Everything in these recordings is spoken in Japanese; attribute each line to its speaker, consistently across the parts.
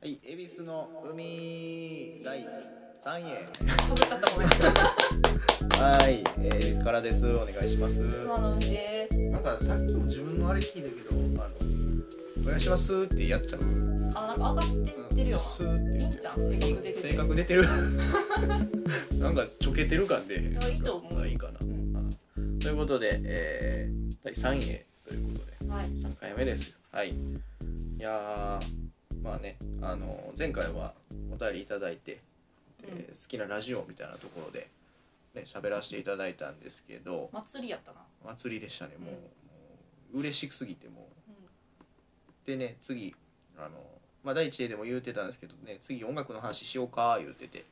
Speaker 1: はい、恵比寿の海第3位へ。
Speaker 2: かぶっちゃったごめん。今
Speaker 1: はい、えー恵比寿からです。お願いします。
Speaker 2: の海です。
Speaker 1: なんかさっきも自分のあれ聞いたけど、あの、お願いしますってやっちゃう。
Speaker 2: あ、なんか上がってってるよ
Speaker 1: スーって
Speaker 2: な。い
Speaker 1: 言
Speaker 2: い
Speaker 1: っ
Speaker 2: ん
Speaker 1: ち
Speaker 2: じ
Speaker 1: ゃ
Speaker 2: ゃん、性格出
Speaker 1: う。
Speaker 2: て
Speaker 1: 性
Speaker 2: て。
Speaker 1: 格出てる。 なんかちょけてる感で。い
Speaker 2: やいいと思う
Speaker 1: いいかな。
Speaker 2: うん
Speaker 1: うんということで、えー第3位へということで。
Speaker 2: はい。
Speaker 1: 3回目ですよはいいやーまあねあの前回はお便りいただいて、で好きなラジオみたいなところでね喋らせていただいたんですけど
Speaker 2: 祭りやったな。
Speaker 1: 祭りでしたねもう,、
Speaker 2: うん
Speaker 1: もう嬉しすぎても
Speaker 2: う
Speaker 1: うでね次あのまあ第一でも言うてたんですけどね次音楽の話しようか言うてて、
Speaker 2: ん。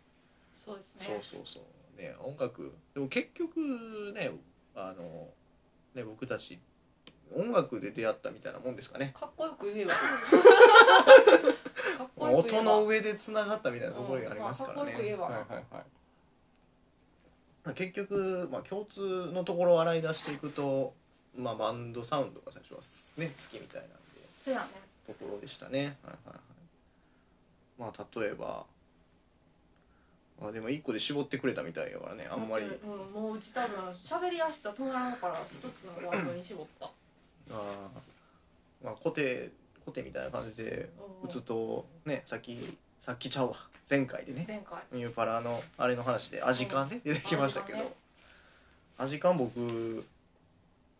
Speaker 2: そうです
Speaker 1: そう
Speaker 2: ね。
Speaker 1: そうそうね音楽でも結局ねあのね僕たち音楽で出会ったみたいなもんですかね
Speaker 2: かっこよく言え ば。かっこよく言えば
Speaker 1: 音の上でつながったみたいなところがありますからね。
Speaker 2: うんまあかっこよく言えば
Speaker 1: はいはいはいまあ結局、まあ、共通のところを洗い出していくと、まあ、バンドサウンドが最初はすね好きみたいなんで
Speaker 2: そうやね。
Speaker 1: ところでしたね。はいはいはいまあ、例えばあでも一個で絞ってくれたみたいやからねあんまり
Speaker 2: だってうん、もううち多分喋りやすさ止まらんから一つのワードに絞った。
Speaker 1: あー、まあ、コテコテみたいな感じで
Speaker 2: う
Speaker 1: 打
Speaker 2: ん
Speaker 1: つとねさっきさっきちゃうわ前回でね
Speaker 2: 前回。
Speaker 1: ニューパラのあれの話でアジカンね出てきましたけ
Speaker 2: アジカン
Speaker 1: どア
Speaker 2: ね
Speaker 1: ジカン僕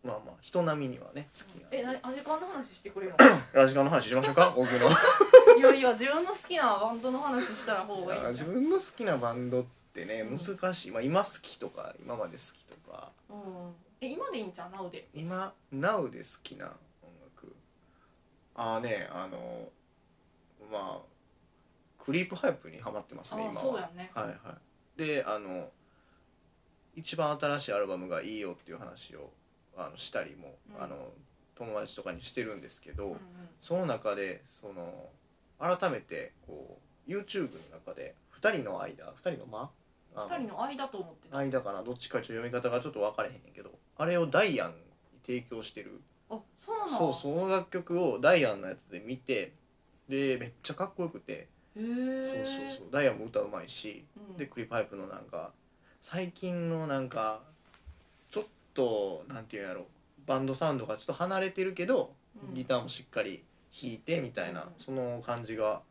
Speaker 1: まあまあ人並みにはね好き
Speaker 2: え、
Speaker 1: なん
Speaker 2: な
Speaker 1: で
Speaker 2: アジカンの 話してくれる
Speaker 1: アジカンの話しましょう か僕の
Speaker 2: の？いやいや、自分の好きなバンドの話したら方がいいんじ
Speaker 1: 自
Speaker 2: ゃん。
Speaker 1: 分の好きなバンドってね
Speaker 2: うん
Speaker 1: 難しい、まあ、今好きとか今まで好きとか
Speaker 2: うん。え、今でいいんじゃん、なおで。
Speaker 1: 今 NOW で好きな音楽ああねあのまあクリープハイプにハマってますね
Speaker 2: あー
Speaker 1: 今は
Speaker 2: そうやね
Speaker 1: はいはいであの一番新しいアルバムがいいよっていう話をあのしたりも、
Speaker 2: うん
Speaker 1: あの友達とかにしてるんですけど、
Speaker 2: うんうん。
Speaker 1: その中でその改めてこう YouTube の中で2人の間2人の間あ
Speaker 2: 二人の間と思ってた。
Speaker 1: 間かなどっちかちょっと読み方がちょっと分かれへんねんけどあれをダイアンに提供してる
Speaker 2: あ、そうなの。
Speaker 1: そうその楽曲をダイアンのやつで見てでめっちゃかっこよくて、
Speaker 2: へえ。
Speaker 1: そうそうそうダイアンも歌うまいし
Speaker 2: うん
Speaker 1: でクリパイプのなんか最近のなんかちょっとなんていうんやろバンドサウンドがちょっと離れてるけど、
Speaker 2: うん
Speaker 1: ギターもしっかり弾いてみたいな、
Speaker 2: うん
Speaker 1: その感じが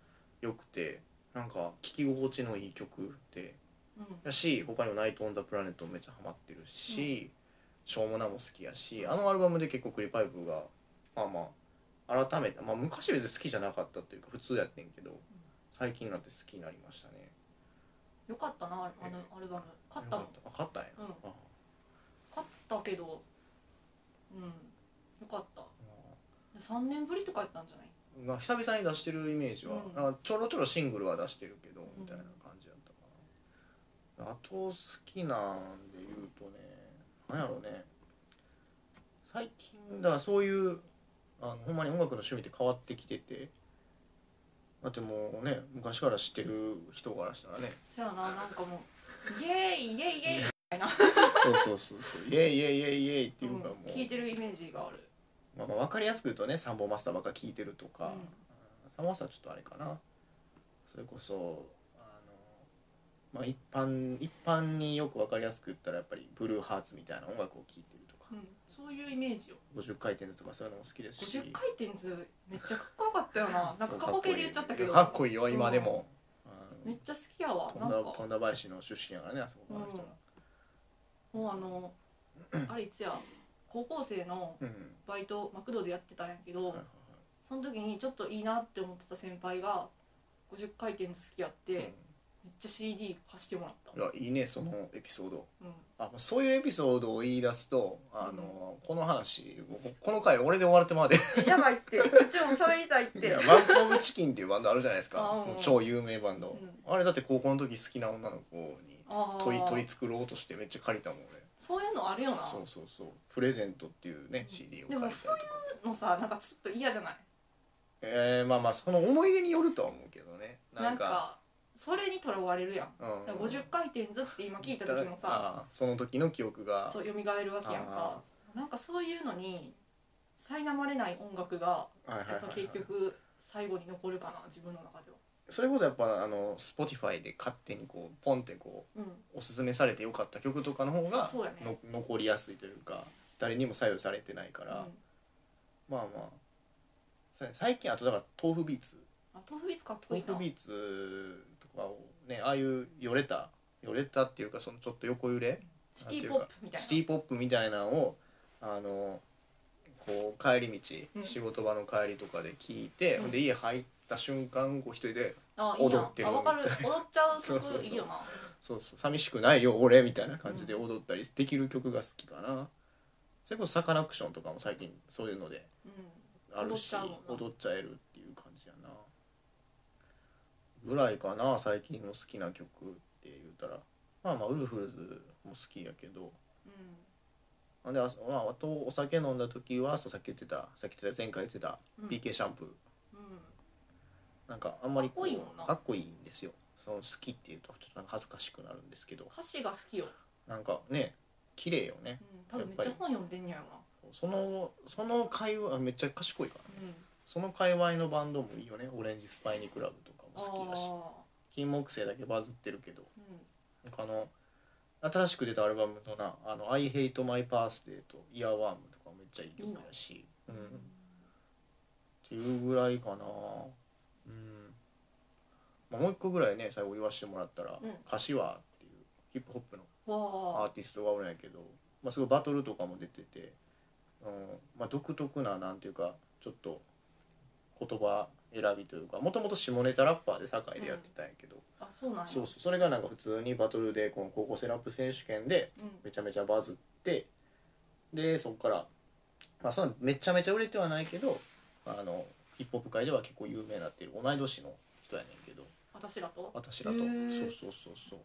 Speaker 1: 良くてなんか聴き心地のいい曲で
Speaker 2: うん
Speaker 1: やし他にも「ナイト・オン・ザ・プラネット」もめっちゃハマってるし「しょうもな」も好きやしあのアルバムで結構クリパイプがまあまあ改めて、まあ、昔別に好きじゃなかったというか普通やってんけど最近になって好きになりましたね。
Speaker 2: よかったなああのアルバム買った
Speaker 1: よかった
Speaker 2: の
Speaker 1: あ買ったんや
Speaker 2: うん
Speaker 1: あ
Speaker 2: 買ったけどうんよかった3年ぶりとかやったんじゃない
Speaker 1: まあ、久々に出してるイメージは、
Speaker 2: うん
Speaker 1: なんかちょろちょろシングルは出してるけど、
Speaker 2: ん
Speaker 1: みたいな感じだったかなあと好きなんで言うとねなんやろうね最近だからそういうあのほんまに音楽の趣味って変わってきててだってもうね昔から知ってる人からしたらね
Speaker 2: そやななんかもうイエーイイエーイイエーイ
Speaker 1: そうそうそうそうイエイイエイイエイイエイっていうかもう、
Speaker 2: 聞いてるイメージがある
Speaker 1: まあ、まあ分かりやすく言うとねサンボマスターばっか聴いてるとか、
Speaker 2: うん
Speaker 1: サンボマスターはちょっとあれかなそれこそあの、まあ、一般一般によく分かりやすく言ったらやっぱりブルーハーツみたいな音楽を聴いてるとか、
Speaker 2: うんそういうイメージよ
Speaker 1: 50回転とかそういうのも好きですし
Speaker 2: 50回転ずめっちゃかっこよかったよ ななんか過去形で言っちゃったけど
Speaker 1: かっこいいよ今でも、
Speaker 2: めっちゃ好きやわ
Speaker 1: うん、
Speaker 2: なん
Speaker 1: 富
Speaker 2: か
Speaker 1: 田富田林の出身やからねあそこの人ら、
Speaker 2: もうあのあれいつや高校生の
Speaker 1: うん
Speaker 2: バイトマクドでやってたんやけど、
Speaker 1: はいはい
Speaker 2: その時にちょっといいなって思ってた先輩が50回転ずつ付き合って、
Speaker 1: はい
Speaker 2: めっちゃ CD 貸してもらった、
Speaker 1: うんいやいいねそのエピソード
Speaker 2: うん、
Speaker 1: あまあそういうエピソードを言い出すとあの、この話ここの回俺で終われてまで
Speaker 2: え やばいってうちも喋りたいっ
Speaker 1: い
Speaker 2: て
Speaker 1: やバンプ・オブ・チキンっていうバンドあるじゃないですか
Speaker 2: あーうん
Speaker 1: もう超有名バンド、
Speaker 2: う
Speaker 1: あれだって高校の時好きな女の子に
Speaker 2: あー
Speaker 1: 取り取り繕おうとしてめっちゃ借りたもん俺
Speaker 2: そういうのあるよな
Speaker 1: そうそうそう「プレゼント」っていうね CD を借りたりとか
Speaker 2: でのさなんかちょっと嫌じゃない
Speaker 1: えー、まあまあその思い出によるとは思うけどね
Speaker 2: な
Speaker 1: なんん
Speaker 2: か
Speaker 1: か
Speaker 2: それにとらわれるやん
Speaker 1: うん
Speaker 2: だから50回転ずって今聞いた時もさ
Speaker 1: あーその時の記憶が
Speaker 2: そう蘇るわけやんかなんかそういうのに苛まれない音楽が
Speaker 1: はいはい
Speaker 2: や
Speaker 1: は
Speaker 2: っ
Speaker 1: い
Speaker 2: ぱ
Speaker 1: はい
Speaker 2: 結局最後に残るかな自分の中では
Speaker 1: それこそやっぱあの Spotify で勝手にこうポンってこ
Speaker 2: うん
Speaker 1: うおすすめされてよかった曲とかの方が
Speaker 2: そうやね
Speaker 1: の残りやすいというか誰にも左右されてないか
Speaker 2: う
Speaker 1: ら、
Speaker 2: ん
Speaker 1: まあまあさ最近あとだから豆腐ビーツ
Speaker 2: あ豆腐ビーツかっこい
Speaker 1: 豆
Speaker 2: い
Speaker 1: 腐
Speaker 2: な
Speaker 1: ビーツとかをねああいうよれたよれたっていうかそのちょっと横揺れ
Speaker 2: シティポップみたいな
Speaker 1: シティポップみたいなのをあのこう帰り道、
Speaker 2: うん
Speaker 1: 仕事場の帰りとかで聞いて、
Speaker 2: うん
Speaker 1: ほんで家入った瞬間こう一人で
Speaker 2: あいいな
Speaker 1: 踊ってる
Speaker 2: あわか る踊っちゃう
Speaker 1: そうそうそう
Speaker 2: 曲いいよな
Speaker 1: そうそう寂しくないよ俺みたいな感じで踊ったりできる曲が好きかな、それこそサカナクションとかも最近そういうので
Speaker 2: う
Speaker 1: あるし
Speaker 2: 踊っちゃうもんな
Speaker 1: 踊っちゃえるっていう感じやなぐらいかな最近の好きな曲って言うたらまあまあウルフルズも好きやけど
Speaker 2: ん
Speaker 1: あであ,、まあ、あとお酒飲んだ時はそうさっき言ってたさっき言ってた前回言ってた
Speaker 2: うんうん
Speaker 1: PK シャンプー、
Speaker 2: うん
Speaker 1: なんかあんまりこう
Speaker 2: かっこいいもんな
Speaker 1: かっこいいんですよその好きっていうとちょっとなんか恥ずかしくなるんですけど
Speaker 2: 歌詞が好きよ、
Speaker 1: なんかね綺麗よね
Speaker 2: うん、多分めっちゃ本読んでんやろな
Speaker 1: そのその界隈めっちゃ賢いからね
Speaker 2: うん
Speaker 1: その界隈のバンドもいいよねオレンジスパイニークラブとかも好きだし
Speaker 2: あ
Speaker 1: 金木犀だけバズってるけど
Speaker 2: ーうん
Speaker 1: 他の新しく出たアルバムのな「あの I Hate My Birthday」と「イヤーワーム」とかめっちゃいい曲だしうん、っていうぐらいかなうん、まあ、もう一個ぐらいね最後言わせてもらったら
Speaker 2: うん
Speaker 1: 「柏、っていうヒップホップのア
Speaker 2: わ
Speaker 1: ー
Speaker 2: あ
Speaker 1: ティストがおるんやけど、まあ、すごいバトルとかも出てて、うんまあ、独特ななんていうかちょっと言葉選びというかもともと下ネタラッパーで堺でやってたんやけど、
Speaker 2: あそうなんや
Speaker 1: そうそうそれがなんか普通にバトルでこの高校生ラップ選手権で
Speaker 2: うん、
Speaker 1: めちゃめちゃバズってでそこから、まあ、そんなめちゃめちゃ売れてはないけどあのヒップホップ界では結構有名になってる同い年の人やねんけど
Speaker 2: 私らと
Speaker 1: 私らと
Speaker 2: へ
Speaker 1: そう
Speaker 2: ー
Speaker 1: そうそうそう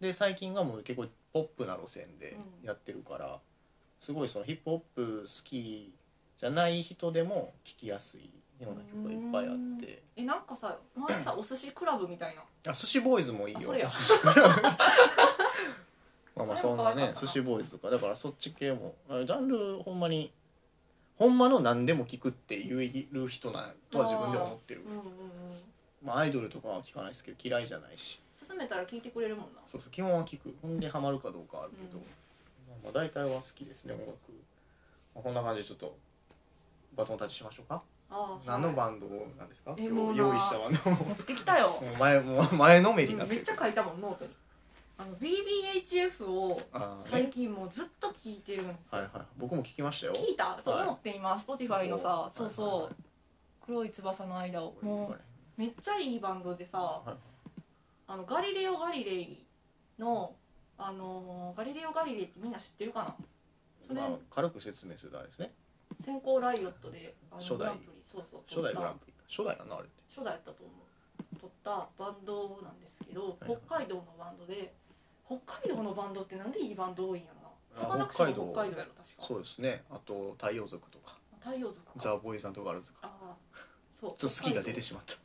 Speaker 1: で最近がもう結構ポップな路線でやってるから、すごいそのヒップホップ好きじゃない人でも聴きやすいような曲がいっぱいあって
Speaker 2: えなんかさ前さお寿司クラブみたいな
Speaker 1: あ寿司ボーイズもいい
Speaker 2: あ
Speaker 1: よ
Speaker 2: それや
Speaker 1: 寿 司クラブまあまあ
Speaker 2: そ
Speaker 1: そ
Speaker 2: れも
Speaker 1: ん
Speaker 2: 可愛
Speaker 1: なね
Speaker 2: かったな
Speaker 1: 寿司ボーイズとかだからそっち系もあジャンルほんまにほんまの何でも聴くって言える人なんとは自分では思ってる
Speaker 2: うんうんうん
Speaker 1: まあアイドルとかは聴かないですけど嫌いじゃないし
Speaker 2: 勧めたら聞いてくれるもんな
Speaker 1: そうそう基本は聞くほんでハマるかどうかはあるけど、
Speaker 2: うん
Speaker 1: まあ、大体は好きですね音楽、まあ、こんな感じでちょっとバトンタッチしましょうか、
Speaker 2: あー
Speaker 1: 何の
Speaker 2: は
Speaker 1: バンドなんですか
Speaker 2: え
Speaker 1: 今日
Speaker 2: もうな
Speaker 1: 用意したバンド
Speaker 2: い
Speaker 1: も
Speaker 2: 持ってきたよ、
Speaker 1: う前もう前のめり
Speaker 2: う
Speaker 1: に
Speaker 2: ん
Speaker 1: なって
Speaker 2: めっ
Speaker 1: る、
Speaker 2: ちゃ書いたもんノートにあの BBHF を
Speaker 1: あー
Speaker 2: 最近もうずっと聞いてるんですよ、
Speaker 1: はいはい僕も聞きましたよ
Speaker 2: 聞いたそう
Speaker 1: はい
Speaker 2: 思って今 Spotify の
Speaker 1: は
Speaker 2: さ
Speaker 1: い
Speaker 2: そう
Speaker 1: はいは
Speaker 2: そ
Speaker 1: いう
Speaker 2: 黒い翼の間をもうめっちゃいいバンドでさ
Speaker 1: はい
Speaker 2: あのガリレオ・ガリレイのあのーガリレオ・ガリレイってみんな知ってるかなそれ
Speaker 1: まあ、軽く説明するとあれですね
Speaker 2: 先行ライオットであの
Speaker 1: 初代
Speaker 2: グランプリそうそう
Speaker 1: 初代グラン
Speaker 2: 取っ
Speaker 1: プリ初代かなあれって
Speaker 2: た初代やったと思う取ったバンドなんですけど
Speaker 1: いはい
Speaker 2: 北海道のバンドで北海道のバンドってなんでいいバンド多いんやろな
Speaker 1: あ
Speaker 2: サカナクション
Speaker 1: 北海道
Speaker 2: も北海道やろ確
Speaker 1: そ
Speaker 2: か
Speaker 1: うですねあと太陽族とか
Speaker 2: 太陽族か
Speaker 1: ザ・ボーイズガールズか
Speaker 2: ああそう
Speaker 1: ちょっと好きが出て
Speaker 2: し
Speaker 1: しまった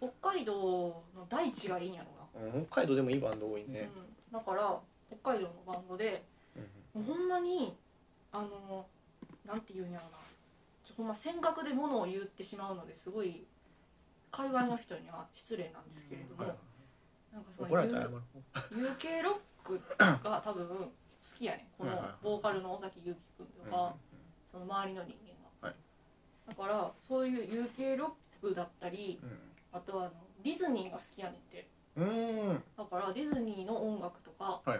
Speaker 2: まう北海道の大地がいいんやろな
Speaker 1: うん北海道でもいいバンド多いね、
Speaker 2: うん、だから北海道のバンドで
Speaker 1: うん
Speaker 2: もうほんまにあのなんて言うんやろなちょほんま尖閣で物を言ってしまうのですごい界隈の人には失礼なんですけれども、
Speaker 1: はいはい
Speaker 2: なんかそ
Speaker 1: 怒られたら謝
Speaker 2: の
Speaker 1: る
Speaker 2: U- UK ロックが多 分好きやねんこ
Speaker 1: はい
Speaker 2: の
Speaker 1: はいはい
Speaker 2: ボーカルの尾崎裕樹君とか、その周りの人間が、
Speaker 1: はい
Speaker 2: だからそういう UK ロックだったりあとはあのディズニーが好きやねんって
Speaker 1: うんうんうん
Speaker 2: だからディズニーの音楽とか
Speaker 1: はいはい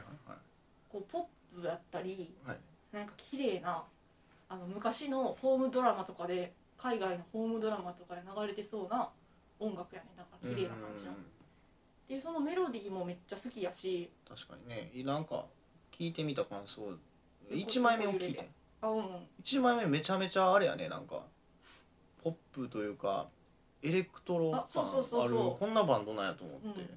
Speaker 2: こうポップだったり
Speaker 1: はいはい
Speaker 2: なんか綺麗なあの昔のホームドラマとかで海外のホームドラマとかで流れてそうな音楽やねだから綺麗な感じの。
Speaker 1: うん
Speaker 2: でそのメロディーもめっちゃ好きやし
Speaker 1: 確かにねなんか聞いてみた感想1枚目を聞いて
Speaker 2: あうん
Speaker 1: 1枚目めちゃめちゃあれやねなんかポップというかエレクトロ
Speaker 2: あ
Speaker 1: 感
Speaker 2: そうそうそう
Speaker 1: ある
Speaker 2: そう
Speaker 1: こんなバンドなんやと思って、
Speaker 2: うん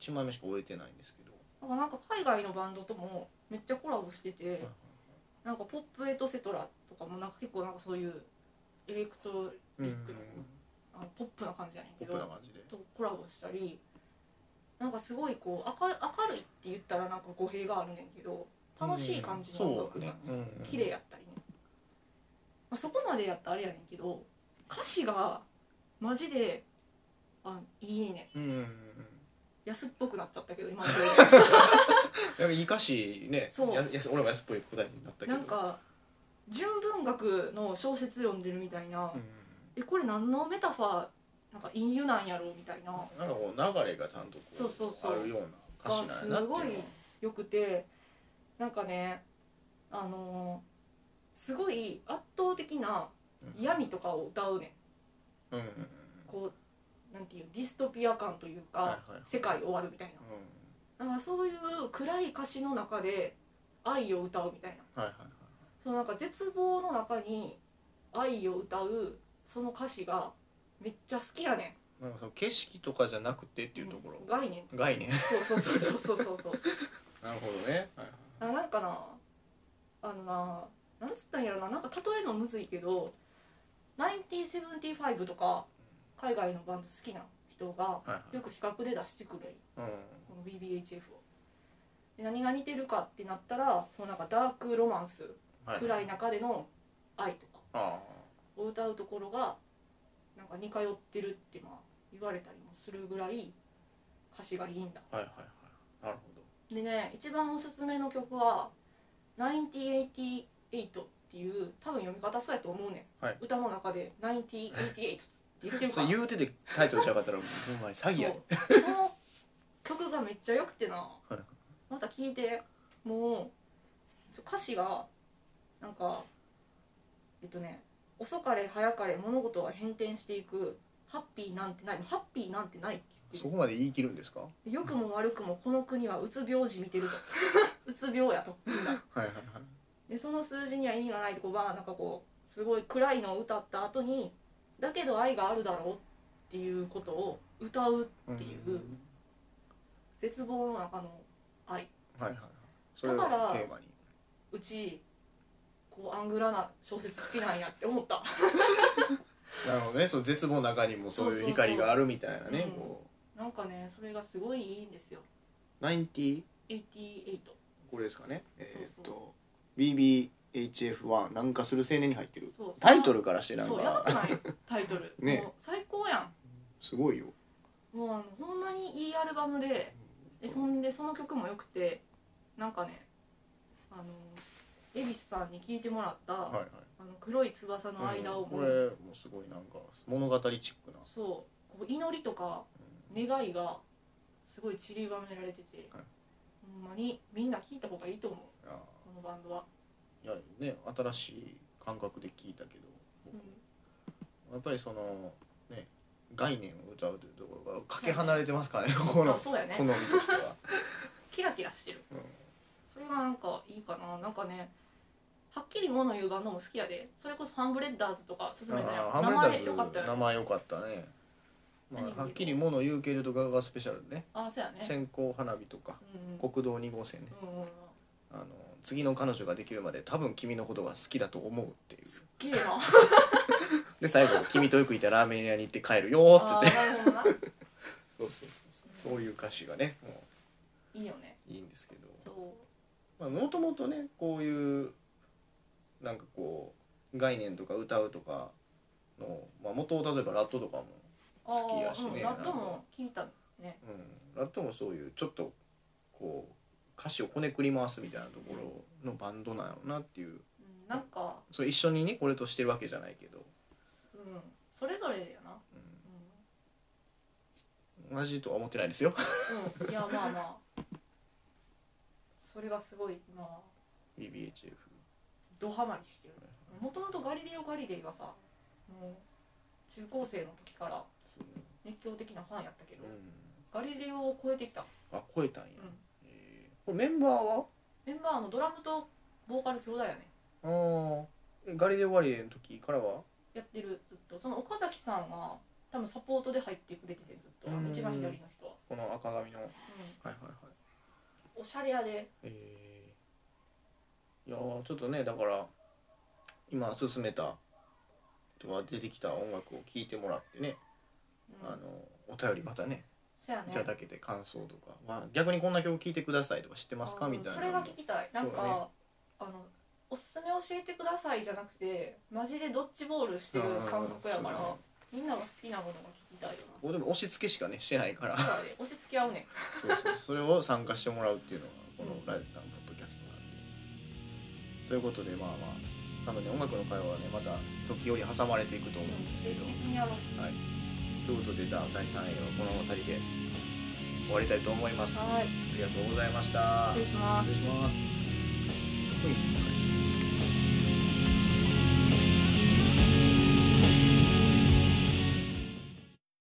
Speaker 1: 一1枚目しか終えてないんですけど、
Speaker 2: だからなんか海外のバンドともめっちゃコラボしてて、
Speaker 1: はい
Speaker 2: なんかポップエトセトラとかもなんか結構なんかそういうエレクトリックの,、あのポップな感じやねん
Speaker 1: ポ
Speaker 2: け
Speaker 1: ップな
Speaker 2: ど
Speaker 1: 感じで
Speaker 2: とコラボしたりなんかすごいこう明る明るいって言ったらなんか語弊があるねんけど楽しい感じの音楽が、
Speaker 1: うんそうねうん
Speaker 2: 綺麗やったりね、まあ、そこまでやったらあれやねんけど歌詞がマジであいいね
Speaker 1: うんうんうん
Speaker 2: 安っぽくなっちゃったけど今の
Speaker 1: なんかいい歌詞ね
Speaker 2: そう
Speaker 1: やや俺も安っぽい答えになったけど
Speaker 2: なんか純文学の小説読んでるみたいな、
Speaker 1: うん
Speaker 2: えこれ何のメタファーなんか隠喩なんやろうみたいな
Speaker 1: なんかこう流れがちゃんとこ
Speaker 2: そうそうそう
Speaker 1: あるような歌詞なんやなっていうのは
Speaker 2: よくてなんかねあのーすごい圧倒的な
Speaker 1: うん
Speaker 2: 闇とかを歌うね
Speaker 1: うんうんうん
Speaker 2: んこうなんていうディストピア感というか、
Speaker 1: はいはいはい
Speaker 2: 世界終わるみたいな
Speaker 1: う
Speaker 2: なんかそういう暗い歌詞の中で愛を歌うみたいなん
Speaker 1: はいはいはい
Speaker 2: そのなんか絶望の中に愛を歌うその歌詞がめっちゃ好きやね
Speaker 1: なんかその景色とかじゃなくてっ
Speaker 2: ん
Speaker 1: ていうところ、
Speaker 2: 概念
Speaker 1: 概念
Speaker 2: そうそうそうそうそうそうそう
Speaker 1: なるほどね、はい
Speaker 2: あ なんかなあのななんつったんやろななんか例えるのむずいけど1975とか海外のバンド好きな人が
Speaker 1: はいはい
Speaker 2: よく比較で出してくるんよ
Speaker 1: はい
Speaker 2: この BBHF をで何が似てるかってなったらそのなんかダークロマンス
Speaker 1: うんは
Speaker 2: 暗い中での愛とか
Speaker 1: あ
Speaker 2: を歌うところがなんか似通ってるってまあ言われたりもするぐらい歌詞がいいんだ
Speaker 1: あはいはいはいなる
Speaker 2: でね一番おすすめの曲は「1988」っていう多分読み方そうやと思うねん、
Speaker 1: はい
Speaker 2: 歌の中で「1988」って言って
Speaker 1: ほ
Speaker 2: る
Speaker 1: ど
Speaker 2: か
Speaker 1: それ
Speaker 2: ら
Speaker 1: 言うててタイトルじゃなかったらほんまに詐欺やで
Speaker 2: そうその曲がめっちゃ良くてな、
Speaker 1: い
Speaker 2: また聴いてもう歌詞がなんかえっとね「遅かれ早かれ物事は変転していく」「ハッピーなんてない」「ハッピーなんてない」って言って
Speaker 1: そ
Speaker 2: る
Speaker 1: こまで言い切るんですかは
Speaker 2: で良くも悪くもこの国はうつ病児見てると うつ病やとみんな
Speaker 1: は
Speaker 2: い
Speaker 1: いはい
Speaker 2: でその数字には意味がないってこうばなんかこうすごい暗いのを歌った後に「だけど愛があるだろう」っていうことを歌う
Speaker 1: うん
Speaker 2: っていう絶望の中の愛
Speaker 1: はいはいはいそれをテ
Speaker 2: だから
Speaker 1: ーマに
Speaker 2: うちこうアングラな小説好きなんやって思った
Speaker 1: なるほどねその絶望の中にもそう
Speaker 2: そう
Speaker 1: い
Speaker 2: そ
Speaker 1: う
Speaker 2: うそう
Speaker 1: 光があるみたいなね
Speaker 2: うん
Speaker 1: こ
Speaker 2: なんかねそれがすごいいいんですよ
Speaker 1: う90
Speaker 2: 88
Speaker 1: これですかねえーっ
Speaker 2: そう
Speaker 1: と BBHF1 南下する青年に入ってる
Speaker 2: そう
Speaker 1: タイトルからしてなん
Speaker 2: そうやばく
Speaker 1: か
Speaker 2: ないタイトル、
Speaker 1: ね
Speaker 2: もう最高や
Speaker 1: すごいよ
Speaker 2: んもうあのほんまにいいアルバムででそんでその曲も良くてなんかねあの恵比寿さんに聞いてもらった、
Speaker 1: はいはい
Speaker 2: あの黒い翼の間を
Speaker 1: うん
Speaker 2: も
Speaker 1: こ
Speaker 2: う、
Speaker 1: れもうすごいなんか物語チックな
Speaker 2: そうこう祈りとか願いがすごい散りばめられてて、
Speaker 1: はい
Speaker 2: ほんまにみんな聞いた方がいいと思う
Speaker 1: いや
Speaker 2: このバンドは、
Speaker 1: いやね新しい感覚で聞いたけど
Speaker 2: うん、
Speaker 1: やっぱりそのね概念を歌うというところがかけ離れてますからねこの
Speaker 2: あそうやね
Speaker 1: 好みとしては。
Speaker 2: キラキラしてる
Speaker 1: うん
Speaker 2: それがなんかいいかななんかねはっきり物言うバンドも好きやでそれこそハンブレッダーズとか勧めた
Speaker 1: あ
Speaker 2: よ
Speaker 1: ーハムレ
Speaker 2: 名前
Speaker 1: タ
Speaker 2: よかっ
Speaker 1: ズ
Speaker 2: た
Speaker 1: 名
Speaker 2: よね
Speaker 1: 前良かったね。ま
Speaker 2: 何
Speaker 1: あはっきりもの言うけれどガガスペシャルね
Speaker 2: あそうやね
Speaker 1: 線香花火とか
Speaker 2: うんうん
Speaker 1: 国道2号線ね
Speaker 2: うんうん
Speaker 1: あの次の彼女ができるまで多分君のことが好きだと思うっていう
Speaker 2: すっげえな
Speaker 1: で最後君とよくいたラーメン屋に行って帰るよーっつっ
Speaker 2: あ
Speaker 1: て
Speaker 2: ーなるほどな
Speaker 1: そうそうそうそうそういう歌詞がねも
Speaker 2: いいよね
Speaker 1: ういいんですけど
Speaker 2: そう
Speaker 1: まあ、もともとねこういうなんかこう概念とか歌うとかの、まあ、元を例えばラットとかも、
Speaker 2: あー
Speaker 1: 好きやしね
Speaker 2: うん、ラットも聞いたね
Speaker 1: うん、ラットもそういうちょっとこう歌詞をこねくり回すみたいなところのバンドなのなっていう
Speaker 2: うんなんか、
Speaker 1: それ一緒にねこれとしてるわけじゃないけど、
Speaker 2: うん、それぞれだよな
Speaker 1: うん、同じとは思ってないですよ
Speaker 2: うん、うん、いやまあまあそれがすごい今
Speaker 1: BBHF
Speaker 2: ドハマりしてるもともと「ガリレオ・ガリレイ」はさもう中高生の時から熱狂的なファンやったけど、
Speaker 1: うん
Speaker 2: ガリレオを超えてきた、
Speaker 1: あ超えたんや、
Speaker 2: うん
Speaker 1: えーこれメンバーは
Speaker 2: メンバーのドラムとボーカル兄弟やね
Speaker 1: あーえガリレオ・ガリレイの時からは
Speaker 2: やってるずっとその岡崎さんは多分サポートで入ってくれててずっとあ
Speaker 1: う
Speaker 2: の
Speaker 1: ん
Speaker 2: 一番左の人は、
Speaker 1: この赤髪のはいはい
Speaker 2: うん
Speaker 1: はい
Speaker 2: おしゃれやで
Speaker 1: えーいやーちょっとねだから今勧めたとか出てきた音楽を聴いてもらってね、
Speaker 2: うん
Speaker 1: あのお便りまたね
Speaker 2: そや
Speaker 1: い
Speaker 2: ね
Speaker 1: ただけて感想とか、まあ、逆にこんな曲聴いてくださいとか知ってますか
Speaker 2: うん
Speaker 1: みたい
Speaker 2: そ
Speaker 1: なの
Speaker 2: れが
Speaker 1: も
Speaker 2: 聞きたいなん
Speaker 1: そうだね
Speaker 2: かあのおすすめ教えてくださいじゃなくてマジでドッジボールしてる感覚やか
Speaker 1: うんそうだ
Speaker 2: ら
Speaker 1: ね
Speaker 2: みんなが好きなものを聞きみたいよ
Speaker 1: こうでも押し付けしかねしてないから
Speaker 2: なそうだね押し付け合うねん
Speaker 1: そうそうそれを参加してもらうっていうのがこのライブなんポッドキャストなんで。ということでまあまあ多分ね音楽の会話はねまた時折挟まれていくと思うんですけ
Speaker 2: 定期
Speaker 1: ど。
Speaker 2: 的にやろう
Speaker 1: ということでじゃあ第3位はこの辺りで終わりたいと思います。あ
Speaker 2: はい
Speaker 1: りがとうございました。
Speaker 2: 失礼します
Speaker 1: 失礼します。職員室かな